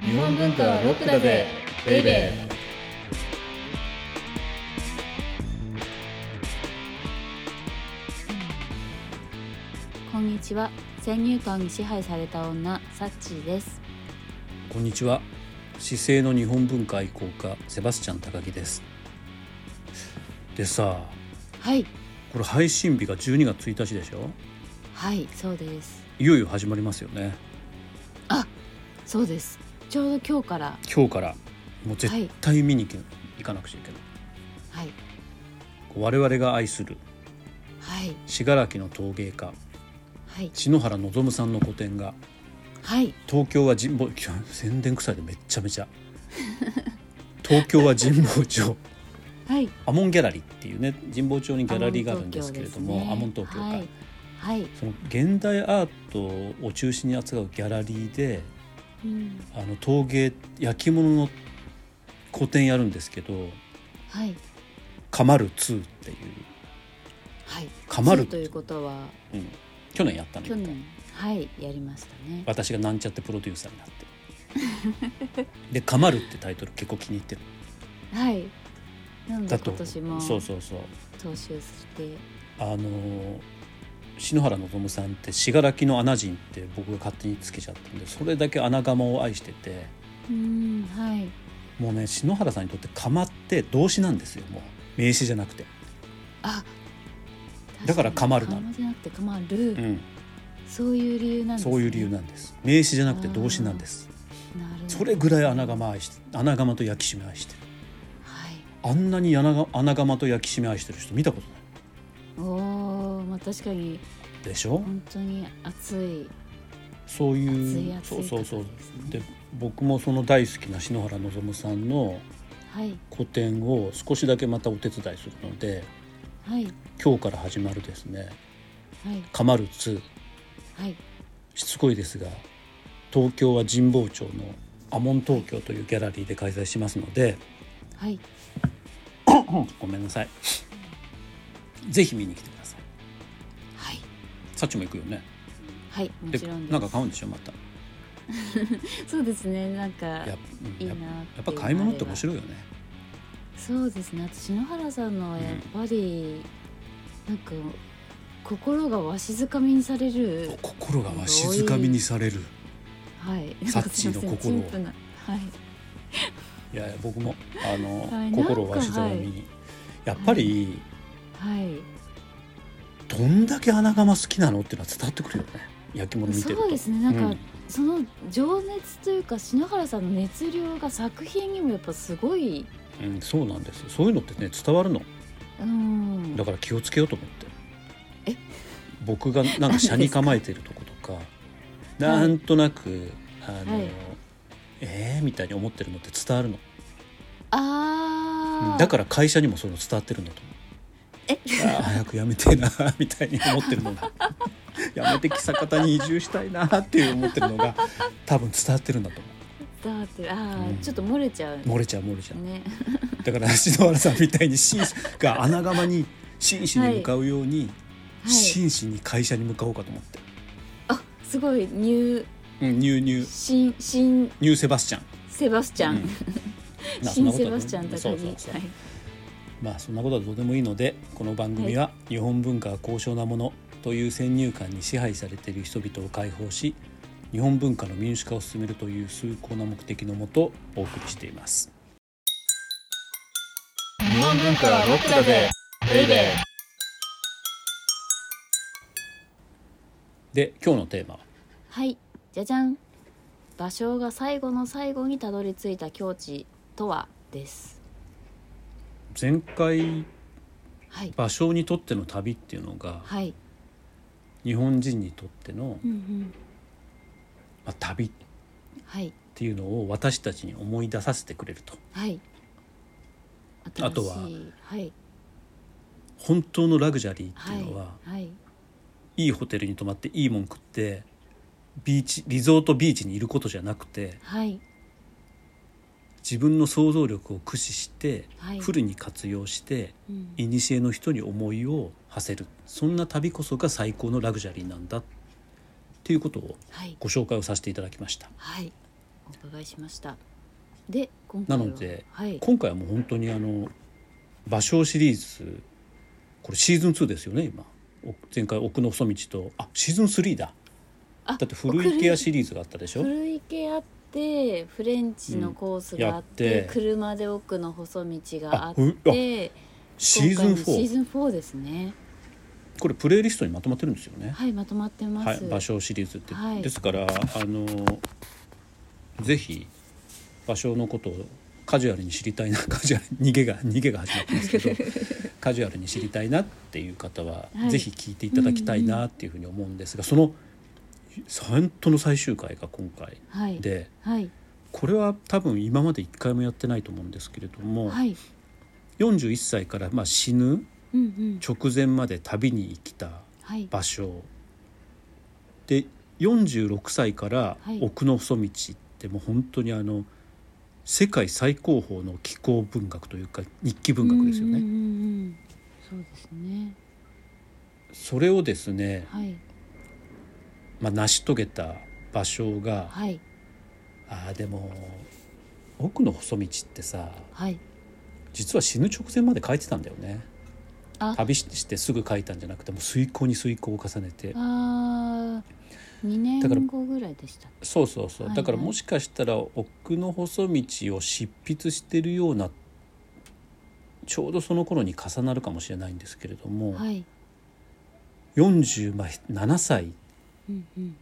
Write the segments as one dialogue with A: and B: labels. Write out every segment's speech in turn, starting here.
A: 日本文化はロックだぜベイベ
B: こんにちは先入観に支配された女サッチーです
C: こんにちは姿勢の日本文化愛好家セバスチャン高木ですでさ
B: はい
C: これ配信日が12月1日でしょ
B: はいそうです
C: いよいよ始まりますよね
B: そうですちょうど今日から
C: 今日からもう絶
B: はい
C: 対見に行け行かなくちゃいけない
B: はい
C: こう我々が愛する
B: はい
C: 信楽の陶芸家
B: はい
C: 篠原望さんの個展が
B: はい
C: 東京は神保宣伝臭いでめっちゃめちゃ東京は神保町
B: はい
C: アモンギャラリーっていうね神保町にギャラリーがあるんですけれどもアモン東京か、
B: はいはい、
C: その現代アートを中心に扱うギャラリーで
B: うん、
C: あの陶芸焼き物の個展やるんですけど
B: はい
C: 「カマル2」っていう
B: はい
C: かまる
B: そうということは
C: 去年やったの
B: 去
C: よ
B: 年はいやりましたね
C: 私がなんちゃってプロデューサーになってで「カマル」って タイトル結構気に入ってる
B: はいなので
C: だと
B: 今年も
C: そうそうそう
B: 踏襲して
C: あの篠原望さんって信楽の穴人って僕が勝手につけちゃったんでそれだけ穴窯を愛してて
B: うんはい
C: もうね篠原さんにとって釜って動詞なんですよもう名詞じゃなくて、
B: あ
C: だからかまるな
B: なじゃなくてかまる、
C: うん
B: そういう理由なんです、ね、
C: そういう理由なんです名詞じゃなくて動詞なんです
B: なるほど
C: それぐらい穴窯愛して穴窯と焼き締め愛してる
B: はい
C: あんなに穴が穴窯と焼き締め愛してる人見たことな
B: おーまあ確かに
C: いでしょ、
B: 本当に熱い
C: そう
B: 熱
C: い
B: いう熱
C: そう
B: い
C: そ
B: 方
C: う
B: です
C: そ
B: ね
C: うで僕もその大好きな篠原望さんの
B: はい
C: 個展を少しだけまたお手伝いするので
B: はい
C: 今日から始まるですね
B: はい
C: 「カマル2」
B: はい
C: しつこいですが東京は神保町のアモン東京というギャラリーで開催しますので
B: はい
C: ごめんなさいぜひ見に来てください
B: はい
C: サチも行くよね
B: はいもちろんです
C: なんか買うんでしょまた
B: そうですねなんか
C: やう
B: い
C: ん
B: いなっい
C: やって
B: う
C: やっぱ買い物って面白いよね
B: そうですねあと篠原さんのはやっぱり、なんか心がわしづかみにされる
C: 心がわしづかみにされる
B: はい
C: サッチーの
B: なんかすいません陳
C: 心を
B: 腐なはい
C: いやいや僕もあの、
B: はい
C: 心をわしづかみに、やっぱり、
B: はい
C: どんだけ穴窯好きなのっていうのは伝わってくるよね焼き物見てると
B: そうですねなんか、
C: うん
B: その情熱というか篠原さんの熱量が作品にもやっぱすごい
C: うん、そうなんですよそういうのってね伝わるの
B: うん
C: だから気をつけようと思って
B: え
C: 僕がなんか車に構えてるとことかなんとなくあの、
B: はい
C: えー、みたいに思ってるのって伝わるの
B: あー
C: だから会社にもそういうの伝わってるんだと思う
B: え
C: あー早くやめてえなみたいに思ってる のがやめて喜多方に移住したいなっていう思ってるのが多分伝わってるんだと思
B: 伝わってるあー、
C: うん
B: ちょっと漏れちゃう
C: う漏れちゃう漏れちゃう
B: ね
C: だから篠原さんみたいに紳士が穴窯に真摯に向かうように、
B: はい
C: 真摯に会社に向かおうかと思って、
B: あすごいニュ
C: うん、ニューニュ
B: ー
C: ー
B: 新新
C: ニューセバスチャン
B: セバスチャン、
C: うん
B: 新セバスチャン高木
C: そうそうそう
B: はい
C: まあそんなことはどうでもいいのでこの番組は日本文化は高尚なものという先入観に支配されている人々を解放し日本文化の民主化を進めるという崇高な目的のもとお送りしています
A: ー日本文化はロックだぜベイベー
C: で今日のテーマは
B: はいじゃじゃん芭蕉が最後の最後にたどり着いた境地とはです
C: 前回
B: はい
C: 芭蕉にとっての旅っていうのが
B: はい、
C: 日本人にとっての、
B: うんうん、
C: まあ、旅っ
B: はい
C: ていうのを私たちに思い出させてくれると
B: はい。
C: あとは
B: 新しいはい
C: 本当のラグジャリーって
B: はい
C: いうのは、
B: はい
C: いいホテルに泊まっていいもん食ってビーチリゾートビーチにいることじゃなくて
B: はい
C: 自分の想像力を駆使して、
B: はい
C: フルに活用して
B: うん
C: 古の人に思いを馳せるそんな旅こそが最高のラグジャリーなんだっていうことを
B: はい
C: ご紹介をさせていただきました。
B: はいお伺いしましたで今
C: な
B: 回は
C: ので
B: はい、
C: 今回はもう本当にあの「芭蕉」シリーズこれシーズン2ですよね今お前回「奥の細道と」あシーズン3だ
B: あ
C: だって古池屋シリーズがあったでしょ
B: 古池あってフレンチのコースがあって,、
C: うんやって
B: 車で奥の細道があっ
C: あふあ
B: て
C: シーズン
B: 今回のシー
C: 4
B: ズン4ですね
C: これプレイリストにまとまってるんですよね
B: はいまとまってま
C: はい
B: す、
C: 芭蕉シリーズって、
B: はい
C: ですからあのぜひ芭蕉のことをカジュアルに知りたいなカジュアル 逃げが逃げが始まってます けどカジュアルに知りたいなっていう方は、
B: はい
C: ぜひ聞いていただきたいなっていうふうに思うんですが、その本当の最終回が今回
B: はい
C: で
B: はい
C: これは多分今まで一回もやってないと思うんですけれども、
B: はい
C: 41歳からまあ死ぬ
B: うんうん
C: 直前まで旅に生きた
B: はい
C: 芭蕉で46歳から
B: はい
C: 奥の細道ってもう本当にあの世界最高峰の気候文学というか日記文学ですよね、
B: うんうんうんうんそうですね
C: それをですね、
B: はい
C: まあ、成し遂げた芭蕉が、
B: はい
C: あーでも奥の細道ってさ
B: はい
C: 実は死ぬ直前まで書いてたんだよね
B: あ
C: 旅してすぐ書いたんじゃなくてもう遂行に遂行を重ねて
B: あー2
C: だから
B: 年後ぐらいでした
C: そうそうそう、
B: はい
C: だからもしかしたら奥の細道を執筆してるようなちょうどその頃に重なるかもしれないんですけれども、
B: はい
C: 47歳
B: うんうん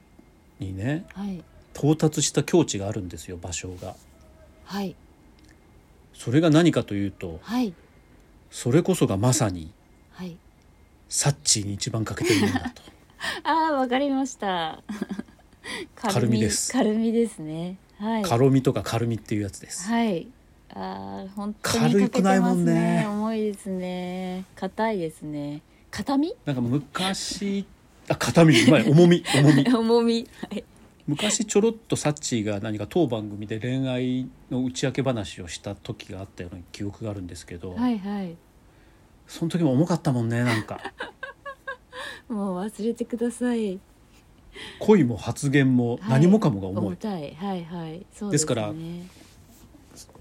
C: にね
B: はい
C: 到達した境地があるんですよ芭蕉が。
B: はい
C: それが何かというと
B: はい
C: それこそがまさに
B: はい
C: サッチーに一番欠けてるものだと。
B: ああわかりました。
C: カルミです
B: カルミですね。はい。
C: 軽みとか軽みっていうやつです。
B: はい。ああ本当に
C: 軽くないもんね
B: 欠けてます重いですね。硬いですね。硬み？
C: なんか昔あ肩身うまい重み重み
B: 重み。はい。
C: 昔ちょろっとサッチーが何か当番組で恋愛の打ち明け話をした時があったような記憶があるんですけど、
B: はいはい。
C: その時も重かったもんねなんか
B: もう忘れてください。
C: 恋も発言
B: は
C: も
B: い
C: 何もかもが重い、
B: 重たい。はいはい。そう
C: で
B: ですす
C: か
B: ね。
C: ら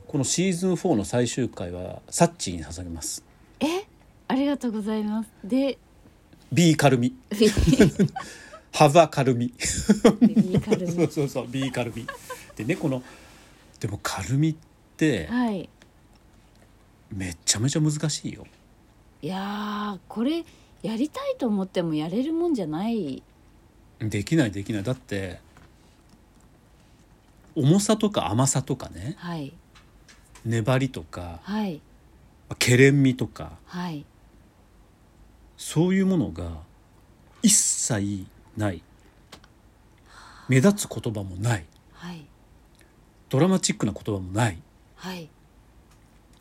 C: このシーズン4の最終回はサッチーに捧げます
B: え、ありがとうございます。 で、
C: B カルミハザカルミ
B: いいカル
C: そう
B: ミ。
C: そうそう B カルミでねこのでもカルミって
B: はい。
C: めちゃめちゃ難しいよ
B: いやーこれやりたいと思ってもやれるもんじゃない。
C: できないできないだって重さとか甘さとかね
B: はい
C: 粘りとか
B: はい
C: けれんみとか
B: はい。
C: そういうものが一切ない目立つ言葉もない
B: はい
C: ドラマチックな言葉もない
B: はい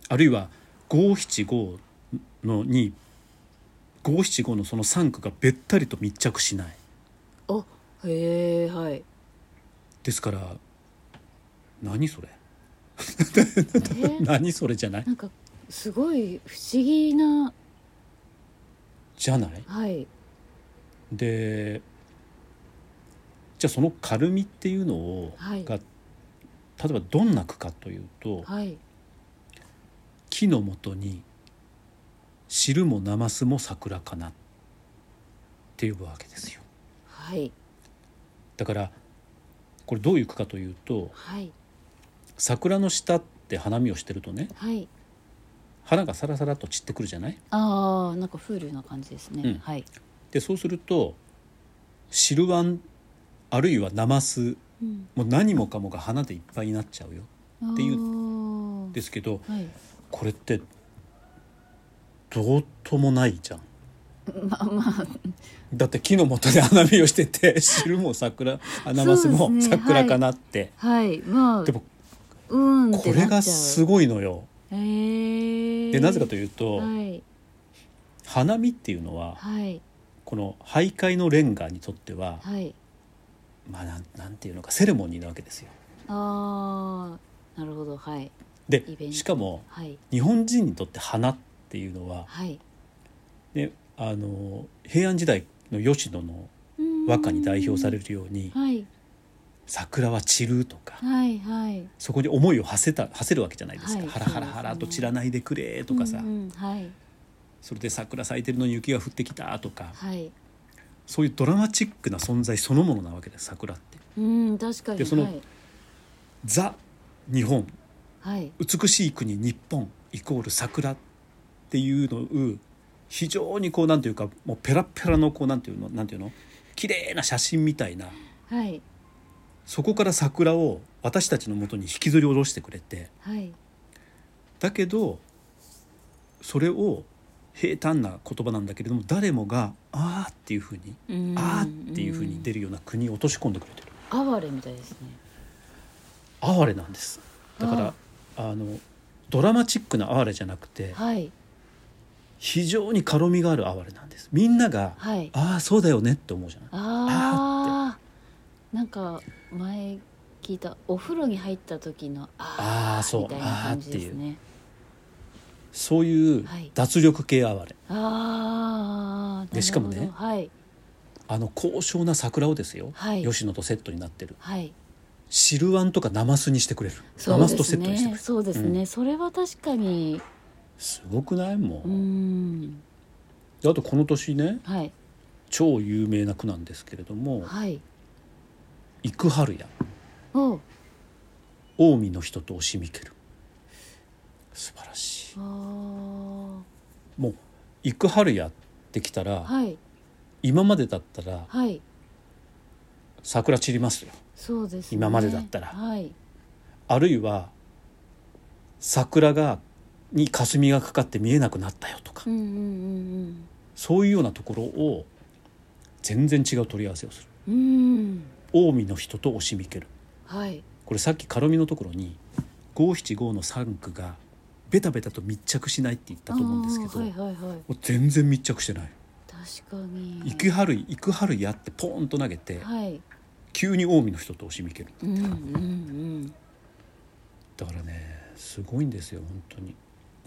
C: あるいは五七五のに五七五のその三句がべったりと密着しない
B: おへえはい
C: ですから何それ
B: えー
C: 何それじゃない
B: なんかすごい不思議な
C: じゃない
B: はい
C: でじゃあその軽みっていうのを、
B: はい
C: が例えばどんな句かというと
B: はい
C: 「木のもとに汁もなますも桜かな」って呼ぶわけですよ。
B: はい
C: だからこれどういう句かというと
B: はい
C: 桜の下って花見をしてるとね
B: はい
C: 花がサラサラと散ってくるじゃない
B: あーなんか風流な感じですね、
C: うん
B: はい
C: でそうすると汁わんあるいはなます
B: うん
C: もう何もかもが花でいっぱいになっちゃうよっていう
B: う
C: ですけど
B: はい
C: これってどうともないじゃん。
B: まあまあ
C: だって木の元で花見をし てて汁も桜穴マスも
B: そうですね
C: 桜かなってで,、
B: はいまあ
C: も
B: うん
C: これがす
B: ご
C: ごいのよ。
B: えー、
C: でなぜかと
B: いう
C: いうと、
B: はい
C: 花見っていうのは
B: はい
C: この徘徊のレンガにとっては、
B: はい
C: まあなんなんていうのかセレモニーなわけですよ。
B: あーなるほどはい
C: で
B: イベント
C: しかも
B: はい
C: 日本人にとって花っていうのは、
B: はい
C: ね、あの平安時代の吉野の
B: うん
C: 和歌に代表されるように
B: はい
C: 桜は散るとか
B: はいはい
C: そこに思いを馳せた馳せるわけじゃないですか、
B: はい
C: ハラハラハラと散らないでくれとかさ、
B: うんうんはい
C: それで桜咲いてるのに雪が降ってきたとか
B: はい
C: そういうドラマチックな存在そのものなわけです桜って。
B: うん確かに
C: でその
B: はい
C: ザ日本
B: はい
C: 美しい国日本イコール桜っていうのを非常にこうなんていうかもうペラッペラのこうなんていうのなんていうの綺麗な写真みたいな
B: はい
C: そこから桜を私たちのもとに引きずり下ろしてくれて
B: はい
C: だけどそれを平坦な言葉なんだけれども誰もが「ああ」っていうふうに「ああ」っていうふうに出るような国に落とし込んでくれてる
B: うん哀れみたいですね
C: 哀れなんですだからあのドラマチックな哀れじゃなくて
B: はい
C: 非常に軽みがある哀れなんですみんなが「
B: はい
C: ああそうだよね」って思うじゃない
B: ああなんか前聞いたお風呂に入った時のあ
C: あー
B: あ
C: そう
B: みたいな感じですね
C: そういう
B: はい
C: 脱力系哀れ、
B: ああ
C: でしかもね
B: はい
C: あの高尚な桜をですよ、
B: はい
C: 吉野とセットになってる
B: はい
C: 汁あんとかナマスにしてくれる、ナ
B: そう
C: マ
B: で
C: スとセ
B: す
C: ットにしてくれ
B: ね
C: る
B: そうですね、それは確かに
C: すごくないも
B: う
C: う、
B: ーん
C: であとこの年ね
B: はい
C: 超有名な句なんですけれども
B: はい
C: 「幾春や
B: おう
C: 近江の人と押しみける」素晴らしい
B: あ
C: もう「幾春や」ってきた
B: ー
C: ら、
B: はい
C: 今までだったら
B: はい
C: 桜散りますよ
B: そうですね
C: 今までだったら
B: はい
C: あるいは桜がに霞がかかって見えなくなったよとか、
B: うんうんうん
C: そういうようなところを全然違う取り合わせをする
B: うんうん
C: 近江の人と押しみける
B: はい
C: これさっき軽みのところに五七五の三句がベタベタと密着しないって言ったと思うんですけど、
B: あーはいはいはい
C: もう全然密着してない
B: 確かに
C: 「行く春行く春や」ってポーンと投げて
B: はい
C: 急に近江の人と押しみける
B: うんうんうん
C: だからねすごいんですよ本当に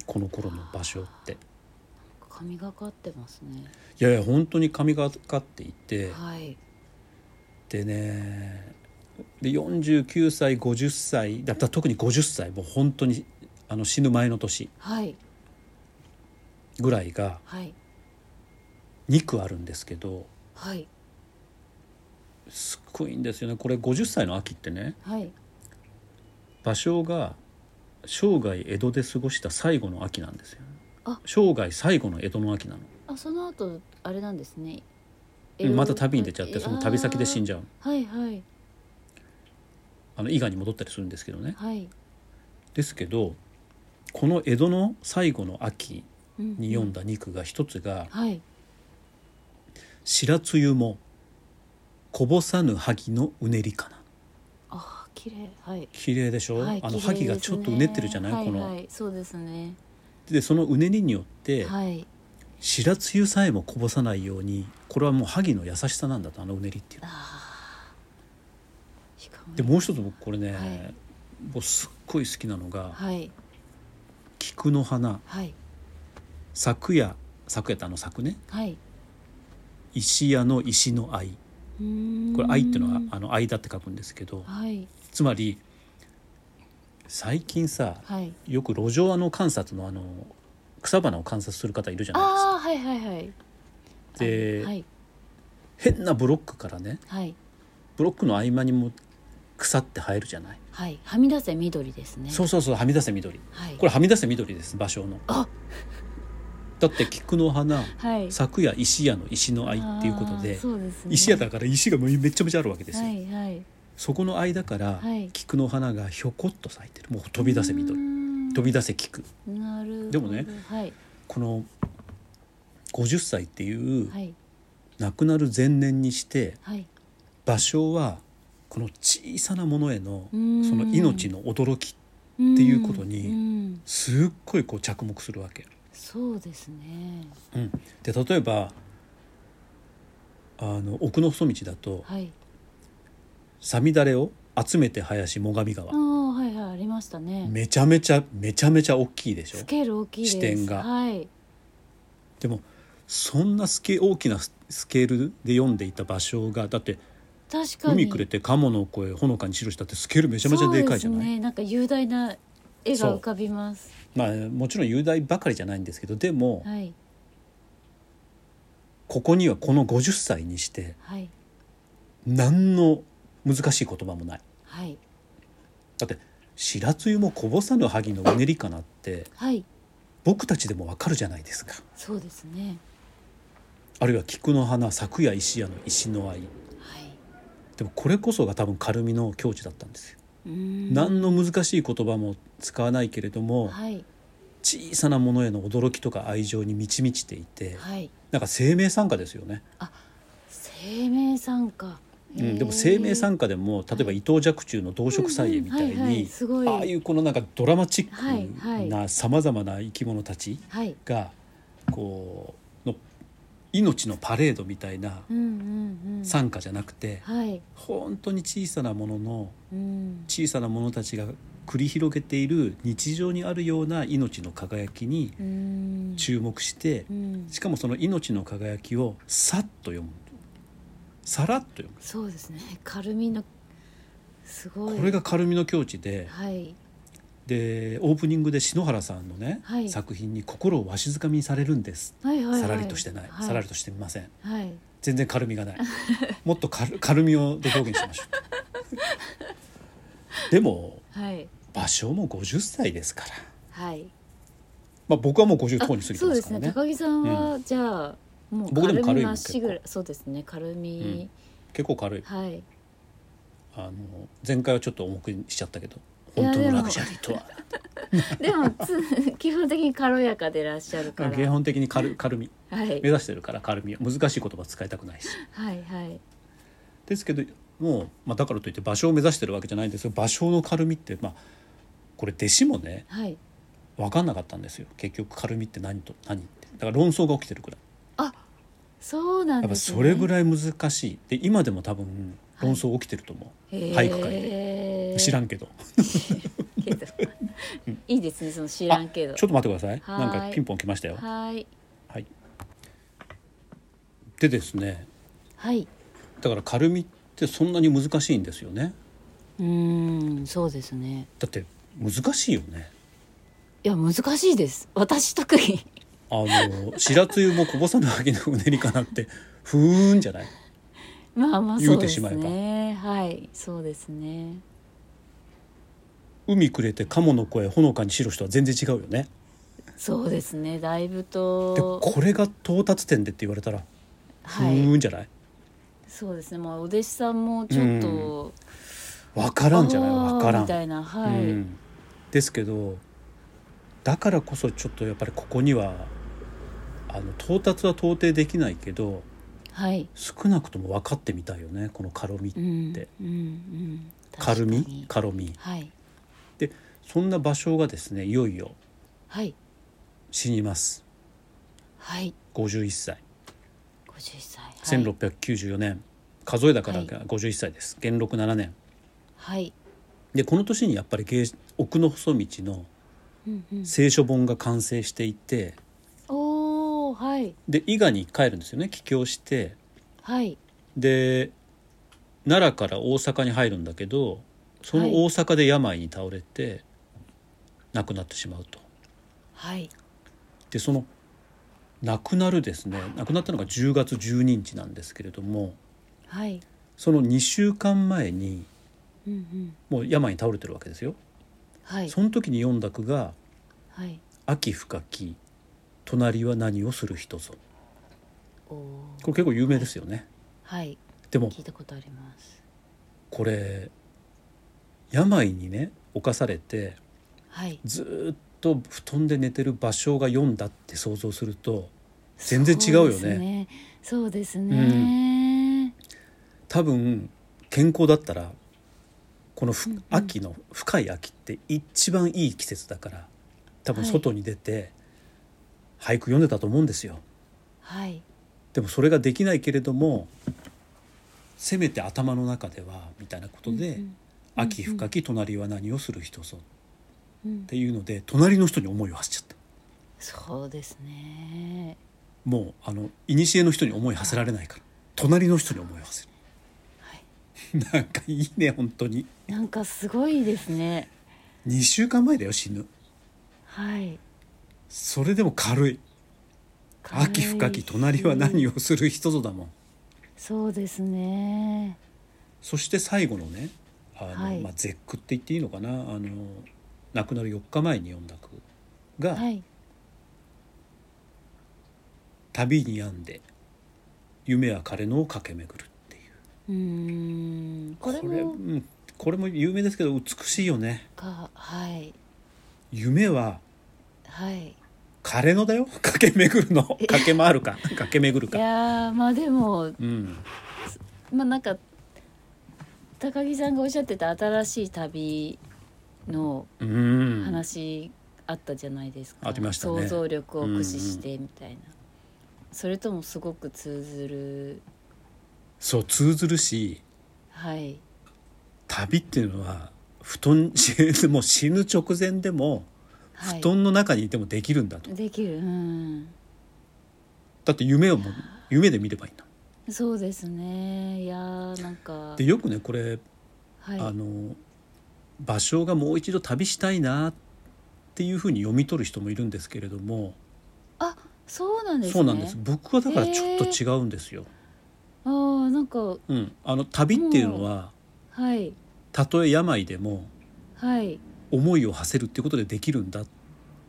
C: この頃の場所って。
B: 神がかってますね
C: いやいや本当に神がかっていて
B: はい
C: でねで49歳50歳だったら特に50歳もう本当にあの死ぬ前の年
B: はい
C: ぐらいが
B: はい
C: 2区あるんですけど
B: はい
C: すっごいんですよねこれ50歳の秋ってね
B: はい
C: 芭蕉が生涯江戸で過ごした最後の秋なんですよ
B: あ。
C: 生涯最後の江戸の秋な
B: あその後あれなんですね
C: のまた旅に出ちゃってその旅先で死ん
B: じ
C: じゃう
B: ゃはいはい
C: あの伊賀に戻ったりするんですけどね
B: はい
C: ですけどこの江戸の最後の秋
B: うん
C: に読んだ二句が一つが
B: はい
C: 「白露もこぼさぬ萩のうねりかな
B: あー綺麗はい」
C: 綺麗でしょ、
B: はい
C: あの
B: 綺麗
C: 萩が
B: です
C: ち
B: ね
C: ょっとうねってるじゃない、
B: はい
C: こ
B: は
C: の
B: いそうですね
C: でそのうねりによって、
B: はい
C: 白露さえもこぼさないようにこれはもう萩の優しさなんだとあのうねりっていうのは
B: しかも
C: でもう一つ僕これね、
B: はい
C: 僕すっごい好きなのが
B: はい
C: 「菊の花
B: はい
C: 昨夜昨夜ってあの昨ね
B: はい
C: 石屋の石の愛」
B: うーん
C: これ「愛」っていうのはあの間って書くんですけど
B: はい
C: つまり最近さ
B: はい
C: よく路上の観察のあの草花を観察する方いるじゃない
B: ああはいはいはい
C: で
B: あのはい
C: ですか変なブロックからね
B: はい
C: ブロックの合間にも草って生えるじゃない、
B: はいはみ出せ緑ですね
C: そうそうそうはみ出せ緑
B: はい
C: これはみ出せ緑です場所の
B: あ
C: だって菊の花
B: はい
C: 昨夜石屋の石の愛っていうこと
B: あ
C: で
B: ーそうですね
C: 石屋だから石がもうめちゃめちゃあるわけですよ、
B: はいはい
C: そこの間から
B: はい
C: 菊の花がひょこっと咲いてるもう飛び出せ
B: う
C: 緑
B: ーん
C: 飛び出せ菊
B: なるほど
C: でもね
B: はい
C: この50歳っていう
B: はい
C: 亡くなる前年にして
B: はい
C: 芭蕉はこの小さなものへのそ
B: うん
C: の命の驚き
B: って
C: いうことに
B: うん
C: すっごいこう着目するわけ。
B: そうですね
C: うん、で例えばあの奥の細道だと
B: はい
C: 「さみだれを集めて林最上
B: あ
C: 川
B: あ」はいはいありましたね
C: めちゃめちゃめちゃめちゃ大きいでしょ
B: ス。ケール大きいです
C: 視点が
B: はい
C: でもそんなスケ大きなススケールで読んでいた芭蕉がだって
B: 確かに
C: 海くれて鴨の声ほのかに白したってスケールめちゃめちゃでかいじゃ
B: そう
C: ない、
B: ですねなんか雄大な絵が浮かびます
C: まあもちろん雄大ばかりじゃないんですけどでも、
B: はい
C: ここにはこの50歳にして
B: はい
C: 何の難しい言葉もない
B: はい
C: だって「白露もこぼさぬ萩のうねりかな」って
B: はい
C: 僕たちでもわかるじゃないですか
B: そうですね
C: あるいは「菊の花昨夜石屋の石の愛
B: はい」
C: でもこれこそが多分軽みの境地だったんですよ。
B: うーん
C: 何の難しい言葉も使わないけれども
B: はい
C: 小さなものへの驚きとか愛情に満ち満ちていて
B: はい
C: なんか生命参加ですよね。
B: 生命参加
C: うん、でも生命
B: 加
C: 参加でも例えば伊藤若冲の動植祭絵みた
B: うん
C: い
B: うんはいは
C: に
B: いすごい
C: ああいうこのなんかドラマチ
B: はいは
C: ック
B: い
C: なさまざまな生き物たち
B: はい
C: がこうの命のパレードみたいな
B: うんうんうん
C: 参加じゃなくて
B: はい
C: 本当に小さなものの
B: うん
C: 小さなものたちが繰り広げている日常にあるような命の輝きに
B: うん
C: 注目して
B: うん
C: しかもその命の輝きをさっと読むさらっと読む。
B: そうですね軽みのすごい
C: これが軽みの境地で、
B: はい
C: でオープニングで篠原さんのね、
B: はい
C: 作品に心をわしづかみにされるんです、
B: はいはいはい
C: さらりとしてない、
B: はい
C: さらりとしてみません
B: はい
C: 全然軽みがないもっと軽軽みをで表現しましょ うでも
B: はい
C: 芭蕉も50歳ですから、
B: はい
C: まあ、僕はもう50
B: あ
C: とうに過ぎて
B: そう
C: ま
B: です
C: か
B: す
C: ら
B: ね
C: ね
B: 高木さんは、じゃあもう
C: 僕でも軽いもん
B: まっしぐら
C: 結
B: そうですね軽み、
C: 結構軽い
B: はい
C: あの前回はちょっと重くしちゃったけど
B: いや
C: 本当
B: で
C: の
B: も
C: ラグジュアリーとは
B: でもつ基本的に軽やかでいらっしゃるから
C: 基本的に軽軽み
B: はい
C: 目指してるから軽みは難しい言葉使いたくないし
B: はいはい
C: ですけどもう、まあ、だからといって芭蕉を目指してるわけじゃないんですが芭蕉の軽みって、まあ、これ弟子もね
B: はい
C: 分かんなかったんですよ結局軽みって何と何ってだから論争が起きてるくらい
B: そうなん
C: やっぱ
B: です、ね、
C: それぐらい難しいで今でも多分論争起きてると思う、俳句界で
B: で
C: 知ら
B: ん
C: んけど
B: けどいいですねその知らんけど
C: ちょっと待ってください
B: は
C: なん
B: ーい
C: かピンポン来ましたよ
B: はい
C: はいでですね
B: はい
C: だから軽みってそんなに難しいんですよね
B: うーんそうですね
C: だって難しいよね
B: いや難しいです私特に
C: あの白露もこぼさぬわけのうねりかなってふーんじゃない
B: まあまあ
C: 言
B: そうう
C: て
B: で
C: し
B: す
C: まえば
B: ねはいそうですね
C: 海くれて鴨の声ほのかに白しとは全然違うよね
B: そうですねだいぶ
C: で
B: と
C: これが到達点でって言われたら、
B: は
C: ふ
B: い
C: ーんじゃない
B: そうですねまあお弟子さんもちょっと
C: わからんじゃないわか
B: あー
C: らん
B: みたいなはい、
C: うん、ですけどだからこそちょっとやっぱりここにはあの到達は到底できないけど
B: はい
C: 少なくとも分かってみたいよねこの軽み、
B: うん
C: で
B: うんうん
C: 軽
B: 確か
C: み
B: に
C: 軽み
B: はい
C: そんな場所がですねいよいよ
B: はい
C: 死にます
B: はい
C: 51歳
B: 50歳はい
C: 1694年、数えだからが51歳です元禄7年
B: はい
C: でこの年にやっぱり芸奥の細道の
B: うんうん
C: 聖書本が完成していて
B: おおはい
C: で伊賀に帰るんですよね帰郷して
B: はい
C: で奈良から大阪に入るんだけどその大阪で病に倒れて亡くなってしまうと。
B: はい
C: でその亡くなるですね亡くなったのが10月12日なんですけれども
B: はい
C: その2週間前に
B: うんうん
C: もう病に倒れてるわけですよ。
B: はい
C: その時に読んだ句が
B: はい
C: 「秋深き隣は何をする人ぞ
B: おお」
C: これ結構有名ですよね。
B: はい
C: でも
B: 聞いたことあります
C: これ病にね侵されて
B: はい
C: ずーっと布団で寝てる場所が読んだって想像すると全然違うよね
B: そうですね
C: 多分健康だったらこのふ、秋の深い秋って一番いい季節だから多分
B: はい
C: 外に出て俳句読んでたと思うんですよ。
B: はい
C: でもそれができないけれどもせめて頭の中ではみたいなことで
B: う
C: 「
B: ん
C: 秋深き隣は何をする人ぞ」
B: うんう
C: っ
B: ん
C: ていうので隣の人に思いを馳せちゃった
B: そうですね
C: もうあの古の人に思い馳せられないから隣の人に思いを馳せる
B: はい
C: なんかいいね本当に
B: なんかすごいですね
C: 2週間前だよ死ぬ
B: はい
C: それでも軽い秋深き隣は何をする人ぞだもん
B: そうですね
C: そして最後のねあの、
B: はい
C: まあ、絶句って言っていいのかなあの亡くなる4日前に読んだ句が「
B: はい
C: 旅に病んで夢は彼のを駆け巡る」っていう
B: うーんこれ
C: これ,、う
B: も
C: ん、これも有名ですけど美しいよね
B: かはい
C: 夢は
B: はい
C: 彼のだよ 駆け巡るの駆け回るか 駆け巡る
B: い
C: か
B: やーまあでも
C: うん
B: まあなんか高木さんがおっしゃってた新しい旅の
C: うん
B: 話あったじゃないですか、
C: ありましたね
B: 想像力を駆使してみたいな、それともすごく通ずる
C: そう通ずるし
B: はい
C: 旅っていうのは布団 もう死ぬ直前でも
B: はい
C: 布団の中にいてもできるんだと、
B: できるうん
C: だって夢をもう夢で見ればいいんだ
B: そうですねいやーなんか
C: でよくねこれ、
B: はい
C: あの芭蕉がもう一度旅したいなっていうふうに読み取る人もいるんですけれども、
B: あそうなんですね
C: そうなんです僕はだからちょっと違うんですよ、
B: あーなんか
C: うん、あの旅っていうのは
B: はい
C: たとえ病でも
B: はい、
C: 思いを馳せるっていうことでできるんだ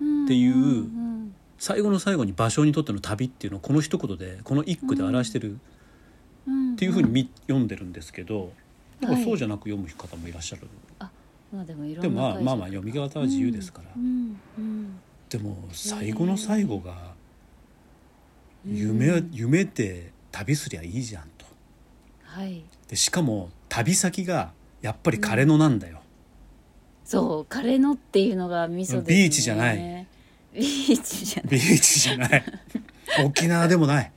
B: うん
C: っていうん最後の最後に芭蕉にとっての旅っていうのをこの一言でこの一句で表してる
B: うん
C: っていうふうにみ、読んでるんですけどでも
B: はい
C: そうじゃなく読む方もいらっしゃる、
B: まあでもいろんな
C: でもまあまあまあ
B: あ
C: 読み方は自由ですから、
B: うんうん
C: でも最後の最後が夢,、
B: うん
C: 夢で旅すりゃいいじゃんと
B: はい
C: でしかも旅先がやっぱり彼のなんだよ、
B: そうカレノっていうのが味噌です、ね、
C: ビーチじゃない
B: ビーチじゃない
C: ビーチじゃない 沖縄でもない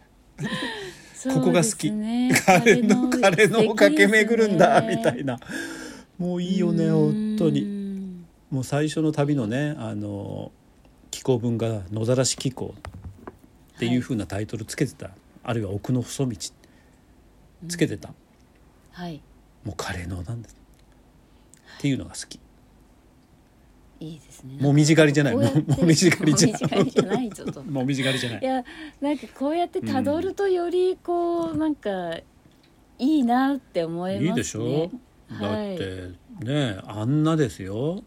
C: ここが好き
B: そうですね
C: 彼の彼のを駆け巡るんだ、みた
B: ない
C: なもういいよね本当に
B: に
C: もう最初の旅のねあの気候文が「野ざらし気候」っていうふうなタイトルつけてた、あるいは「奥の細道」つけてた、
B: はい
C: もう彼のなんです、っていうのが好き
B: いいですね
C: もみじ狩りじゃない
B: こう
C: も
B: やって
C: うもみじ狩りじゃ
B: もみじ狩りじゃないちょっと
C: もみじ狩りじゃない
B: いやなんかこうやってたどるとよりこう、なんかいいなって思いますね
C: いいでしょだ
B: はい
C: ってねあんなですよ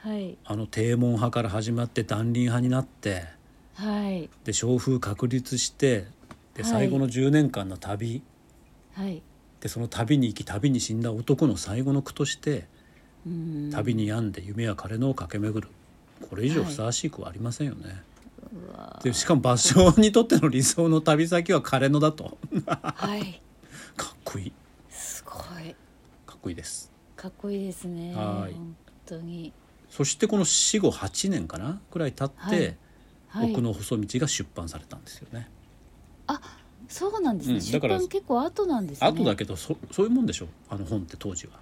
B: はい
C: あの帝門派から始まって断輪派になって
B: はい
C: で商風確立してで
B: はい
C: 最後の10年間の旅、
B: はい、
C: でその旅に行き旅に死んだ男の最後の句として
B: うん
C: 「旅に病んで夢は彼のを駆け巡る」これ以上ふさわしい句はありませんよね。でしかも場所にとっての理想の旅先は彼のだと
B: はい
C: かっこいい
B: すごい
C: かっこいいです。
B: かっこいいですね
C: はい
B: 本当に
C: そしてこの死後8年かなくらい経って「
B: はい
C: 奥の細道」が出版されたんですよね。
B: そうなんですね、
C: うんだ
B: 出
C: から
B: 版結構後なんですね
C: あとだけどそそういうもんでしょあの本って当時は。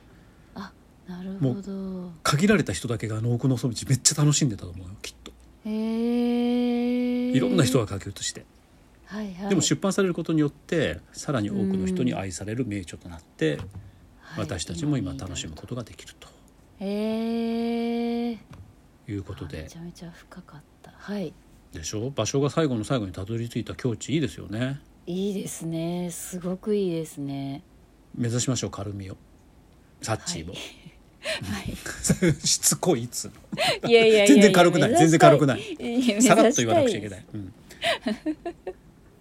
B: あなるほど
C: 限られた人だけがあの奥の細道めっちゃ楽しんでたと思うよきっと。
B: へえ
C: いろんな人が書き写して。
B: はいはい
C: でも出版されることによってさらに多くの人に愛される名著となって
B: はい
C: 私たちも今楽しむことができると
B: へえ
C: いうこと
B: め
C: で
B: ちゃめちゃ深かったはい
C: でしょ場所が最後の最後にたどり着いた境地いいですよね
B: いいですねすごくいいですね
C: 目指しましょうカルミをサッチーを、
B: はい
C: しつこいっつうの
B: いやいやいや
C: 全然軽くない全然軽くない
B: い
C: さらっと言わなくちゃいけないい、うん、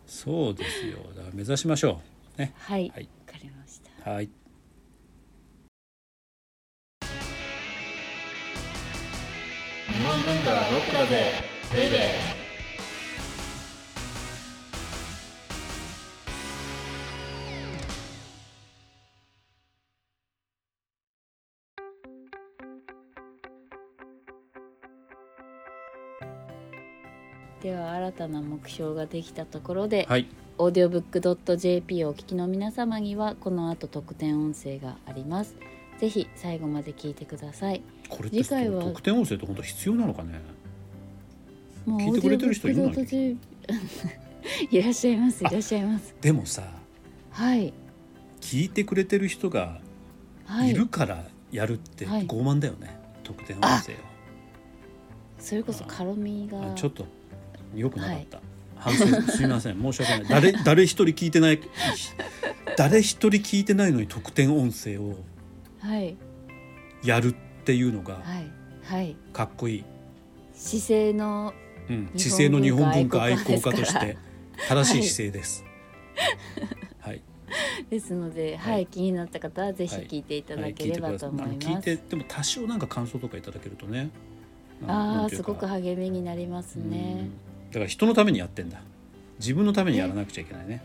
C: そうですよだから目指しましょうね
B: やはい、
C: は
B: はいい、わかりました
C: はい
A: 日本文化はロックだぜベイベー
B: では新たな目標ができたところで、
C: はい
B: オーディオブックドット JP をお聞きの皆様にはこの後特典音声がありますぜひ最後まで聞いてください
C: これって
B: 次回は
C: 特典音声って本当必要なのかね
B: もう
C: 聞いてくれてる人いるの
B: オーディオブックドット JP いらっしゃいますいらっしゃいます
C: でもさ
B: はい
C: 聞いてくれてる人が
B: はい
C: いるからやるって
B: はい
C: 傲慢だよね、特典を見せよ
B: それこそカロミ
C: う
B: が
C: あちょっと良くなかった、反省すみ ません申し訳ない誰誰一人聞いてない誰一人聞いてないのに特典音声を
B: はい
C: やるっていうのが
B: はいはい
C: かっこいい、
B: 姿勢の
C: う
B: 日本文
C: ん、
B: 化
C: 知性の日本文化愛
B: 愛好
C: 好家
B: 家
C: と
B: ですから
C: して正しい姿勢です。はい、
B: ですので、
C: は
B: はいい、気になった方はぜひ聞いていた
C: は
B: だ
C: い
B: け
C: 聞い
B: れ
C: てく
B: ば
C: ださ
B: と
C: い。
B: 思
C: あの
B: い
C: 聞い
B: ます。
C: てでも多少なんか感想とかいただけるとね。なん
B: あ
C: なん
B: あ、
C: てい
B: す
C: うか
B: ごく励みになります
C: う
B: ね
C: ん。だから人のためにやってんだ。自分のためにやらなくちゃいけないね。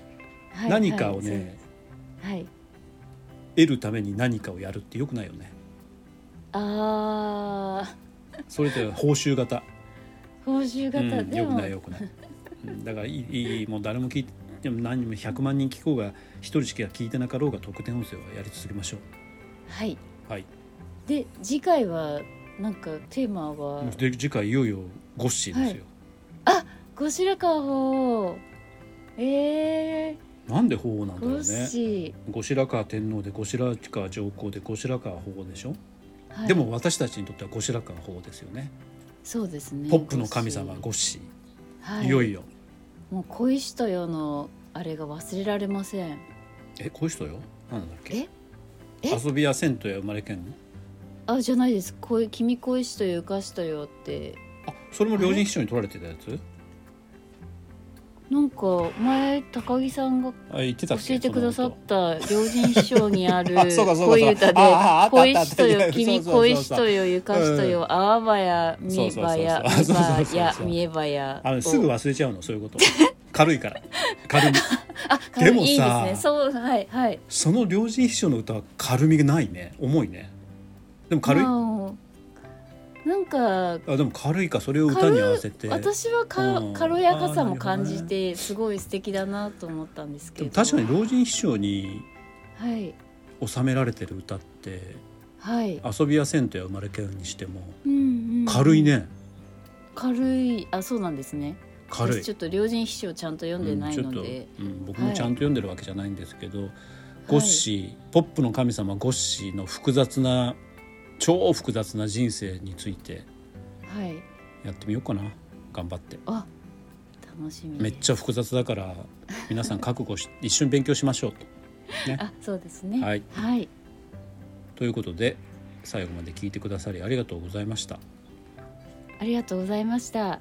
B: はい
C: 何かをね、、
B: はいはい。
C: 得るために何かをやるってよくないよね。
B: ああ、
C: それで報酬型。
B: 報酬
C: う
B: 型、
C: ん、
B: で
C: よく
B: も
C: ないよくない。うんだからいいいいもう誰も聞いてでも何も100万人聞こうが一人しか聞いてなかろうが特典音声はやり続けましょ
B: はい。
C: う。はい。
B: で次回はなんかテーマは
C: で次回いよいよゴッシーですよ、
B: ゴシラカホええ
C: なんで法皇なん
B: ー、
C: だろ
B: ゴ
C: う
B: ッ
C: ね
B: シ
C: 後白河天皇で後白河上皇で後白河法皇でしょ、
B: ー、はい
C: でも私たちにとっては後白河法皇ですよね
B: そうですね。
C: ポップの神様
B: ゴ
C: ゴッシ
B: ッシー
C: ー、、
B: はいい、
C: よいよ
B: もう小石とよのあれが忘れられません。
C: えこういう人よなんだっけ
B: ええ
C: 遊びや千とや生まれけん
B: あじゃないです。こう君小石とよゆかしとよって
C: あそれも両人秘書に取られてたやつ
B: なんか前高木さんが
C: あ言ってた
B: 教
C: っけ
B: えてくださっ
C: その
B: た両人秘書にある
C: あそうかそうか
B: 恋歌で
C: ああああったあ
B: 恋
C: った
B: しと
C: いやい
B: よ
C: や
B: 君
C: そうそうそう
B: 恋しとよゆかしとよあわばやみえばや
C: そう
B: み
C: そうそうそう
B: ば
C: そうそう
B: や
C: そう
B: みえばや
C: あのすぐ
B: あ
C: 忘れちゃうのそういうこと軽いから軽みで
B: でも
C: もさ
B: いいですねそうはいはい
C: その両人秘書の歌は軽みがないね重いねでも軽い、
B: まあなんか
C: あでも軽いかそれを歌に合わせて
B: 私はか
C: うん
B: 軽やかさも
C: あーなるほどね
B: 感じてすごい素敵だなと思ったんですけ
C: で
B: ど
C: も確かに老人秘書に
B: はい
C: 収められてる歌って
B: はい
C: 「遊びやせんとや生まれけん」にしても
B: うんうんうん
C: 軽いね
B: 軽いあそうなんですね
C: 軽い
B: 私ちょっと両人秘書をちゃんと読んでないの
C: うん
B: で、
C: ちょっと、うん僕もちゃんと読んでるわけじゃないんですけど、ゴッシーポップの神様ゴッシーの複雑な超複雑な人生について
B: はい
C: やってみようかな頑張って
B: あ楽しみ
C: めっちゃ複雑だから皆さん覚悟し一緒に勉強しましょうと。
B: あそうですね
C: はい
B: はい、
C: ということで最後まで聞いてくださりありがとうございました。
B: ありがとうございました